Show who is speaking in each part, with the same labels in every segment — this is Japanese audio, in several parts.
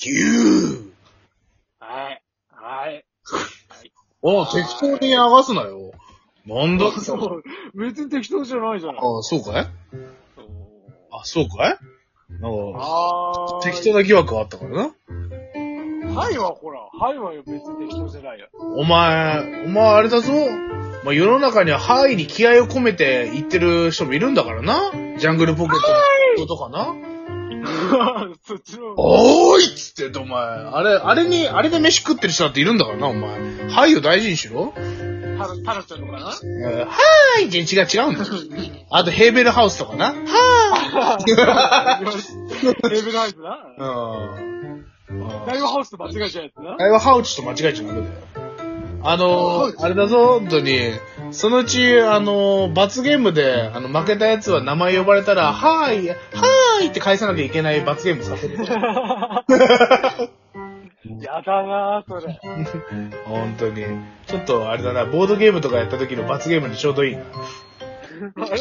Speaker 1: 9!
Speaker 2: はい。はい。
Speaker 1: お適当に合わすなよ。なんだ
Speaker 2: そ
Speaker 1: あ
Speaker 2: う。別に適当じゃないじゃん。
Speaker 1: そうかい
Speaker 2: そう
Speaker 1: あ、そうかいなんか、
Speaker 2: はーい
Speaker 1: 適当な疑惑があったからな。
Speaker 2: はいはほら、はいはよ、別に適当じゃないよ。
Speaker 1: お前、お前あれだぞ。まあ、世の中には、はいに気合を込めて言ってる人もいるんだからな。ジャングルポケットのことかな。
Speaker 2: そっちの、
Speaker 1: おーいっつってんだお前。あれ、あれに、あれで飯食ってる人だっているんだからな、お前。はいを大事にしろ。
Speaker 2: タラ、タラちゃんとか な
Speaker 1: えーはーいって違う、違うんだよ。 あと、ヘーベルハウスとか な。
Speaker 2: レベルハウスな
Speaker 1: うん。
Speaker 2: ダイワハウスと間違えちゃうやつな
Speaker 1: あれはハウチと間違えちゃダメだよ。あ
Speaker 2: ハ
Speaker 1: の
Speaker 2: ウチ
Speaker 1: ー、あれだぞ、本当に。そのうち、あのー、罰ゲームで、あの、負けたやつは名前呼ばれたら、はーい、はーいって返さなきゃいけない罰ゲームさせる。
Speaker 2: やだなぁ、それ。
Speaker 1: 本当に。ちょっと、あれだな、ボードゲームとかやった時の罰ゲームにちょうどいいな。
Speaker 2: あれ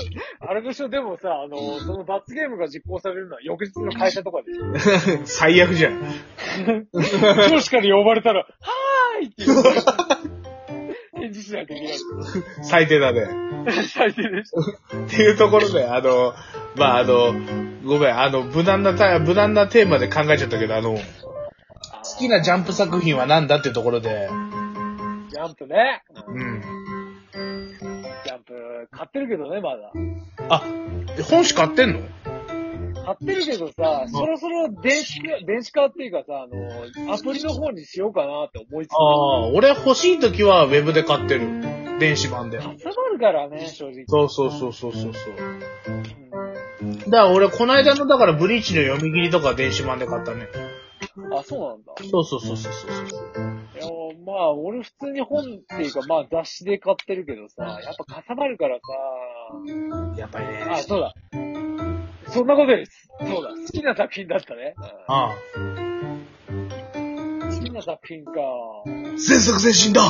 Speaker 2: あれでしょ、でもさ、あの、その罰ゲームが実行されるのは翌日の会社とかで。
Speaker 1: 最悪じゃん。
Speaker 2: 上司から呼ばれたら、はーいって言う。返事しなきゃいけ
Speaker 1: 最低だね。
Speaker 2: ない。最低でした。
Speaker 1: っていうところで、あの、まあ、あの、ごめん、あの、無難なタイ、無難なテーマで考えちゃったけど、あの、好きなジャンプ作品は何だっていうところで、
Speaker 2: ジャンプね。
Speaker 1: うん。
Speaker 2: ジャンプ、買ってるけどね、まだ。
Speaker 1: あ、本誌買ってんの
Speaker 2: 買ってるけどさ、そろそろ電子化、電子化っていうかさ、あの、アプリの方にしようかなって思いつつ
Speaker 1: あ。あ、俺欲しい時はウェブで買ってる。電子版で。
Speaker 2: 挟まるからね、正直。
Speaker 1: そうそうそうそうそうそう。
Speaker 2: う
Speaker 1: だから俺、この間の、だからブリーチの読み切りとか電子版で買ったね。
Speaker 2: んあ、そうなんだ。
Speaker 1: そうそうそうそうそうそう。
Speaker 2: いや、まあ、俺普通に本っていうか、まあ、雑誌で買ってるけどさ、やっぱかさばるからさ、
Speaker 1: やっぱりね。
Speaker 2: あ、そうだ。そんなことです。そうだ。好きな作品だったね。
Speaker 1: ああ。
Speaker 2: 好きな作品か。
Speaker 1: 全速前進だ
Speaker 2: いや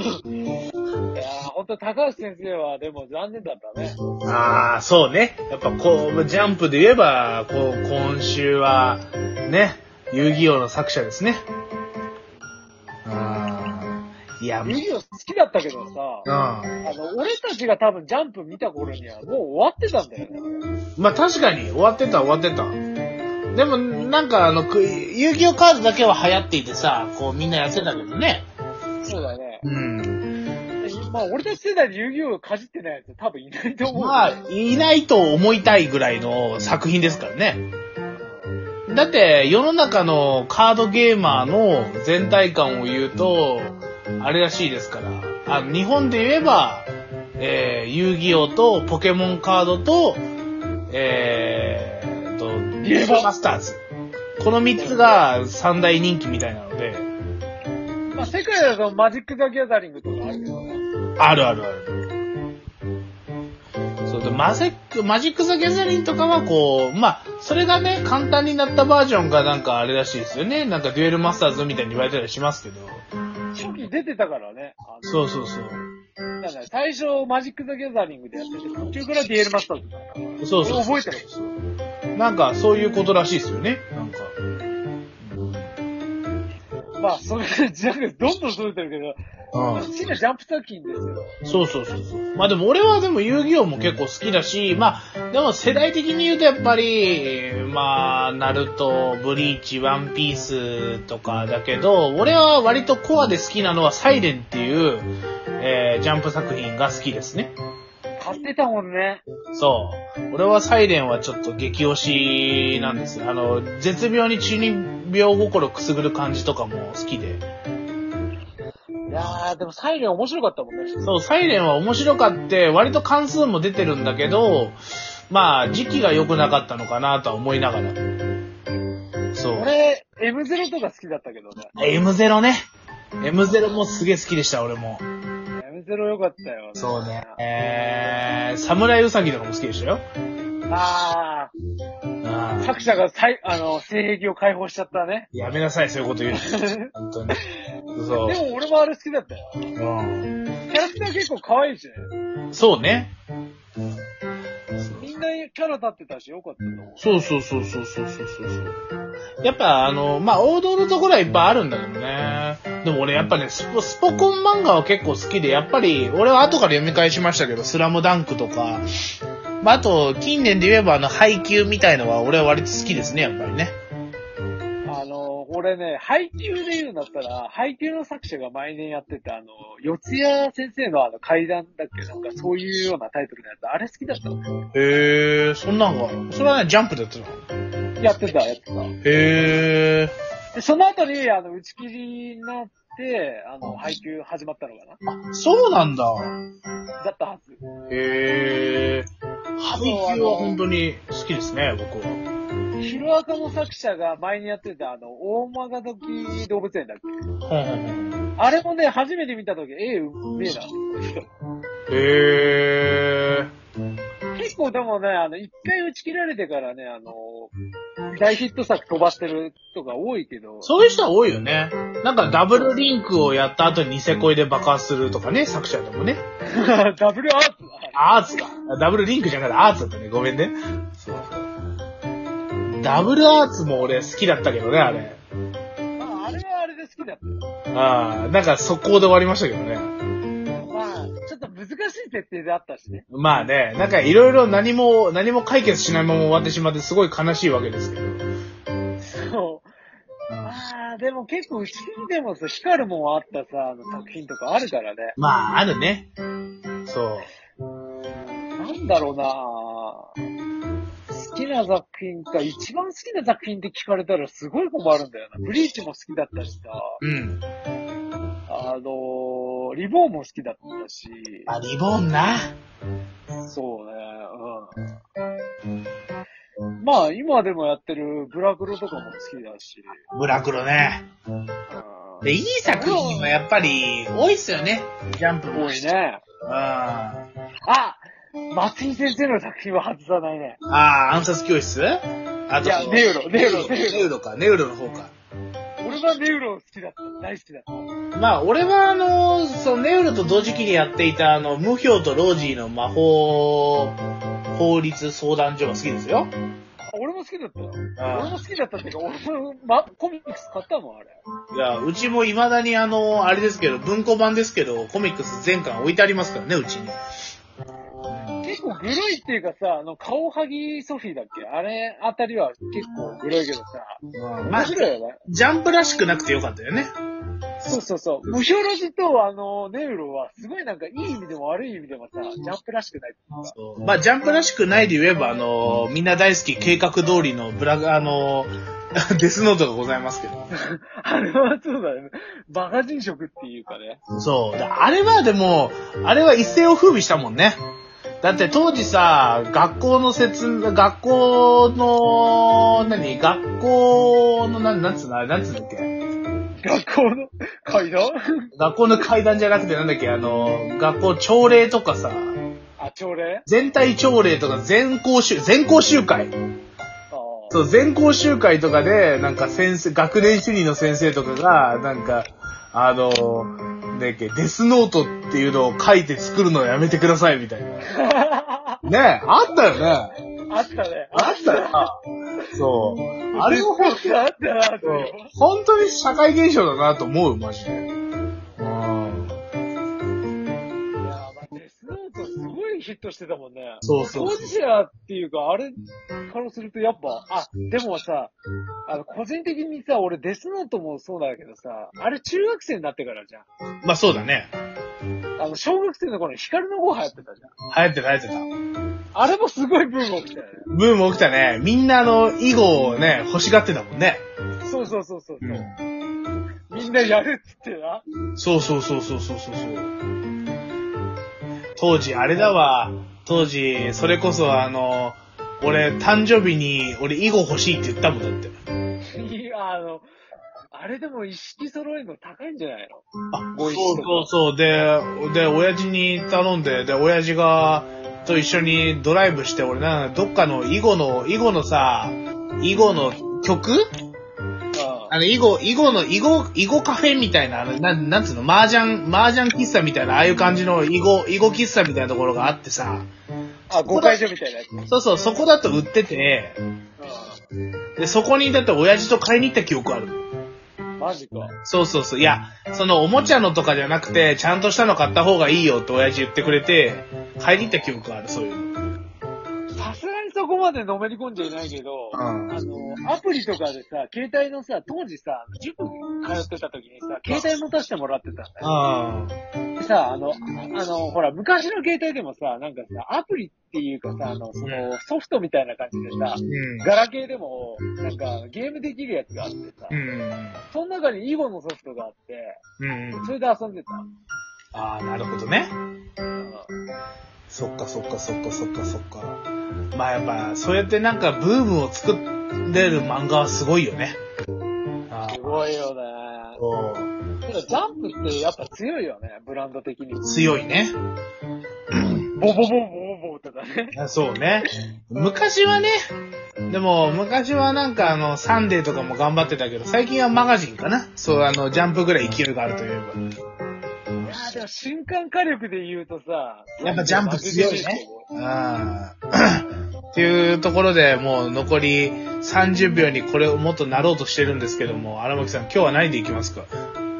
Speaker 2: ー、ほんと高橋先生は、でも残念だったね。
Speaker 1: ああ、そうね。やっぱこう、ジャンプで言えば、こう、今週は、ね、遊戯王の作者ですね。ああ、いや、
Speaker 2: 遊戯王好きだったけどさ、
Speaker 1: うん。
Speaker 2: あの、俺たちが多分ジャンプ見た頃にはもう終わってたんだよね。
Speaker 1: まあ確かに、終わってた、終わってた。でも、なんか、あの、く遊戯王カードだけは流行っていてさ、こう、みんなやってたけどね。
Speaker 2: そうだね。
Speaker 1: うん。
Speaker 2: でまあ、俺たち世代で遊戯王をかじってないやつ多分いないと思う。
Speaker 1: まあ、いないと思いたいぐらいの作品ですからね。だって、世の中のカードゲーマーの全体感を言うと、あれらしいですから。あの、日本で言えば、えー、遊戯王とポケモンカードと、えー、と、
Speaker 2: 言えば
Speaker 1: マスターズ。この3つが三大人気みたいなので、
Speaker 2: まあ、世界だとマジック・ザ・ギャザリングとかあるけどね。
Speaker 1: あるあるある。そうでマジック、マジック・ザ・ギャザリンとかはこう、まあ、それがね、簡単になったバージョンがなんかあれらしいですよね。なんかデュエルマスターズみたいに言われたりしますけど。
Speaker 2: 初期出てたからね。あの
Speaker 1: そうそうそう。
Speaker 2: だから最初マジック・ザ・ギャザリングでやってて、途中からディエルマスターズだったから。
Speaker 1: そうそう
Speaker 2: 覚えてる。
Speaker 1: なんかそういうことらしいですよね。なんか。
Speaker 2: まあ、それでジャンプ、どんどんそれてるけど、
Speaker 1: うん
Speaker 2: 好きなジャンプ作品です
Speaker 1: そ
Speaker 2: よ。
Speaker 1: うそうそうそう。まあでも俺はでも遊戯王も結構好きだし、まあでも世代的に言うとやっぱり、まあ、ナルト、ブリーチ、ワンピースとかだけど、俺は割とコアで好きなのはサイレンっていう、えージャンプ作品が好きですね。
Speaker 2: 買ってたもんね。
Speaker 1: そう。俺はサイレンはちょっと激推しなんですよ。あの、絶妙に中二病心くすぐる感じとかも好きで。
Speaker 2: いやー、でもサイレン面白かったもんね。
Speaker 1: そう、サイレンは面白かって、割と関数も出てるんだけど、まあ、時期が良くなかったのかなとは思いながら。そう。
Speaker 2: 俺、M0 とか好きだったけどね。
Speaker 1: M0 ね。M0 もすげえ好きでした、俺も。
Speaker 2: M0 良かったよ、
Speaker 1: そうね。えー、侍うさぎとかも好きでしたよ。
Speaker 2: あ
Speaker 1: あ
Speaker 2: ー、
Speaker 1: ー
Speaker 2: 作者がさい、あの、性癖を解放しちゃったね。
Speaker 1: やめなさい、そういうこと言う の。本当に。そ
Speaker 2: で
Speaker 1: う。
Speaker 2: も俺もあれ好きだったよ。
Speaker 1: うん
Speaker 2: キャラクター結構可愛いしね。
Speaker 1: そうね。
Speaker 2: みんなキャラ立ってたし、よかったと思う。
Speaker 1: そうそうそうそうそうそうそうそう。やっぱあの、まあ、王道のところはいっぱいあるんだけどね。でも俺やっぱね、スポスポコン漫画は結構好きで、やっぱり、俺は後から読み返しましたけど、スラムダンクとか、まあ、あと、近年で言えばあの、配給みたいのは俺は割と好きですね、やっぱりね。
Speaker 2: あの、俺ね、配給で言うんだったら、配給の作者が毎年やってた、あの、四谷先生のあの、階段だっけなんか、そういうようなタイトルのやつ、あれ好きだったの
Speaker 1: へえ、そんなんが、それはね、ジャンプでやってたの。
Speaker 2: やってた、やってた。
Speaker 1: へえ。
Speaker 2: で、その後に、あの、打ち切りになって、あの、配給始まったのかな
Speaker 1: あ、そうなんだ。
Speaker 2: だったはず。
Speaker 1: へえ。配給は本当に好きですね、僕は。
Speaker 2: ヒロアカの作者が前にやってた、あの、大曲時動物園だっけあれもね、初めて見た時、ええうめえ
Speaker 1: へえ。
Speaker 2: な。結構でもね、あの、一回打ち切られてからね、あの、大ヒット作飛ばしてるとか多いけど、
Speaker 1: そういう人は多いよね。なんかダブルリンクをやった後にニセ恋で爆発するとかね、作者でもね。
Speaker 2: ダブルアーツ
Speaker 1: アーツか。ダブルリンクじゃなくてアーツだったね。ごめんね。そうダブルアーツも俺好きだったけどね、あれ。
Speaker 2: ああれはあれで好きだったよ。
Speaker 1: ああ、なんか速攻で終わりましたけどね。
Speaker 2: まあ、ちょっと難しい設定であったしね。
Speaker 1: まあね、なんかいろいろ何も、何も解決しないまま終わってしまってすごい悲しいわけですけど。
Speaker 2: そう。まあ、でも結構うちにでもさ、光るもんあったさ、あの作品とかあるからね。
Speaker 1: まあ、あるね。そう。
Speaker 2: なんだろうなぁ好きな作品か、一番好きな作品って聞かれたらすごい困るんだよな。ブリーチも好きだったしさ、
Speaker 1: うん。
Speaker 2: あのー、リボーンも好きだったし、
Speaker 1: あ、リボンな。
Speaker 2: そうね、うん。まあ、今でもやってるブラクロとかも好きだし、
Speaker 1: ブラクロね。
Speaker 2: う
Speaker 1: で、いい作品はやっぱり多いっすよね。ジャンプ
Speaker 2: ん、
Speaker 1: も。
Speaker 2: 多いね。
Speaker 1: あー
Speaker 2: あ松井先生の作品は外さないね。
Speaker 1: あー、暗殺教室あ
Speaker 2: いやネウロネウロネウロ
Speaker 1: ネウロか、ネウロの方か。
Speaker 2: 俺はネウロ好きだった。大好きだった。
Speaker 1: まあ、俺はあの、そのネウロと同時期にやっていたあの、無表とロージーの魔法法律相談所が好きですよ。
Speaker 2: 俺も好きだったよ。
Speaker 1: ああ
Speaker 2: 俺も好きだったっていうか、俺も、ま、コミックス買ったもん、あれ。
Speaker 1: いや、うちも未だにあの、あれですけど、文庫版ですけど、コミックス全巻置いてありますからね、うちに。
Speaker 2: 結構グロいっていうかさ、あの、顔はぎソフィーだっけあれあたりは結構グロいけどさ、
Speaker 1: まあ
Speaker 2: 面、白いよね。
Speaker 1: ジャンプらしくなくてよかったよね。
Speaker 2: そうそうそう。無表ロジと、あの、ネウロは、すごいなんか、いい意味でも悪い意味でもさ、ジャンプらしくないっていうか。
Speaker 1: そうまあ、ジャンプらしくないで言えば、あの、みんな大好き計画通りのブラグ、あの、デスノート がございますけど。
Speaker 2: あれはそうだよね。バカ人色っていうかね。
Speaker 1: そう。であれはでも、あれは一世を風靡したもんね。だって当時さ、学校の説、学校の、何学校の、なん、なんつうのあれ、なんつうんだっけ
Speaker 2: 学校 の階段
Speaker 1: 学校の階段じゃなくてなんだっけあの、学校朝礼とかさ、
Speaker 2: あ、朝礼
Speaker 1: 全体朝礼とか全校集、全校集会。
Speaker 2: ああ。
Speaker 1: そう、全校集会とかで、なんか先生、学年主任の先生とかが、なんか、あの、なんだっけ、デスノートっていうのを書いて作るのをやめてください、みたいな。ね
Speaker 2: あ
Speaker 1: え、あったよね。
Speaker 2: ったね。
Speaker 1: あったよな。そう。あれも
Speaker 2: 本当あったなって
Speaker 1: そ
Speaker 2: 思
Speaker 1: う
Speaker 2: う。
Speaker 1: 本当に社会現象だなと思う、マジで。うん。
Speaker 2: いやーまあ、デスノートすごいヒットしてたもんね。
Speaker 1: そうそう
Speaker 2: 当事者っていうか、あれからするとやっぱ、あ、でもさ、あの、個人的にさ、俺デスノートもそうだけどさ、あれ中学生になってからじゃん。
Speaker 1: まあそうだね。
Speaker 2: あの、小学生の頃に光の碁流行ってたじゃん。
Speaker 1: 流行ってた、流行ってた。
Speaker 2: あれもすごいブーム起きたよね。
Speaker 1: ブーム起きたね。みんなあの、囲碁をね、欲しがってたもんね。
Speaker 2: そうそうそうそう。うみんなやるっつってな。
Speaker 1: そうそうそうそうそうそうそう。当時、あれだわ。当時、それこそあの、俺、誕生日に、俺、囲碁欲しいって言ったもんだって。
Speaker 2: いや、あの、あれでも一式揃えるの高いんじゃないの
Speaker 1: あ
Speaker 2: ご一
Speaker 1: そ
Speaker 2: 緒
Speaker 1: うそうそう。で、で、親父に頼んで、で、親父が、と一緒にドライブして、俺な、どっかの囲碁の、囲碁のさ、囲碁の曲
Speaker 2: あ
Speaker 1: あの、囲碁、囲碁の、囲碁、囲碁カフェみたいな、あの、なん、なんつうの、麻雀、麻雀喫茶みたいな、ああいう感じの囲碁、囲碁喫茶みたいなところがあってさ、
Speaker 2: あ、誤解所みたいなやつ。うん。
Speaker 1: そうそう、そこだと売ってて、で、そこにだって親父と買いに行った記憶ある。
Speaker 2: マジか。
Speaker 1: そうそうそう。いや、そのおもちゃのとかじゃなくて、ちゃんとしたの買った方がいいよって親父言ってくれて、買いに行った記憶ある、そういうの。
Speaker 2: さすがにそこまでのめり込んじゃいないけど、
Speaker 1: うん
Speaker 2: あの、アプリとかでさ、携帯のさ、当時さ、塾通ってた時にさ、携帯持たせてもらってたんだよ。
Speaker 1: あ
Speaker 2: でさ、あの、あの、ほら、昔の携帯でもさ、なんかさ、アプリっていうかさ、あの、その、ソフトみたいな感じでさ、
Speaker 1: うん。
Speaker 2: ガラケーでも、なんか、ゲームできるやつがあってさ、
Speaker 1: うん。
Speaker 2: その中に囲碁のソフトがあって、
Speaker 1: うん。
Speaker 2: それで遊んでた。
Speaker 1: ああ、なるほどね。
Speaker 2: うん
Speaker 1: そっかそっかそっかそっかそっか。まあやっぱ、そうやってなんかブームを作れる漫画はすごいよね。あ
Speaker 2: すごいよね。
Speaker 1: ー
Speaker 2: ただジャンプってやっぱ強いよね、ブランド的に。
Speaker 1: 強いね。
Speaker 2: ボボボボボボとかね。
Speaker 1: あそうね。昔はね、でも昔はなんかあの、サンデーとかも頑張ってたけど、最近はマガジンかな。そう、あの、ジャンプぐらい勢いがあるといえば。
Speaker 2: いやーでも瞬間火力で言うとさ、
Speaker 1: やっぱジャンプ強いね。あーっていうところでもう残り30秒にこれをもっとなろうとしてるんですけども、荒牧さん今日は何でいきますか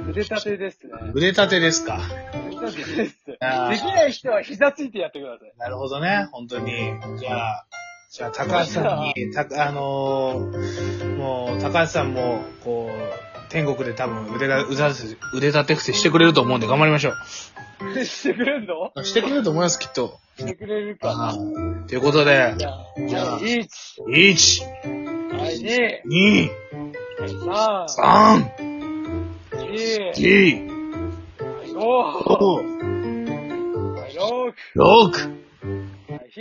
Speaker 2: 腕立てですね。
Speaker 1: 腕立てですか
Speaker 2: 腕立てです。でき
Speaker 1: あー
Speaker 2: ない人は膝ついてやってください。
Speaker 1: なるほどね、本当に。じゃあ、じゃあ高橋さんに、たあのーもう高橋さんも、こう、天国で多分腕が、腕立て、腕立て伏せしてくれると思うんで頑張りましょ
Speaker 2: してくれんの
Speaker 1: う。してくれると思います、きっと。
Speaker 2: してくれるかな。
Speaker 1: ということで、
Speaker 2: じゃあ、じゃあ、1、
Speaker 1: 1、
Speaker 2: はい、
Speaker 1: 2、
Speaker 2: 2、3、
Speaker 1: 3、
Speaker 2: 4、
Speaker 1: 4、
Speaker 2: 5、
Speaker 1: 5、
Speaker 2: 6、
Speaker 1: 6、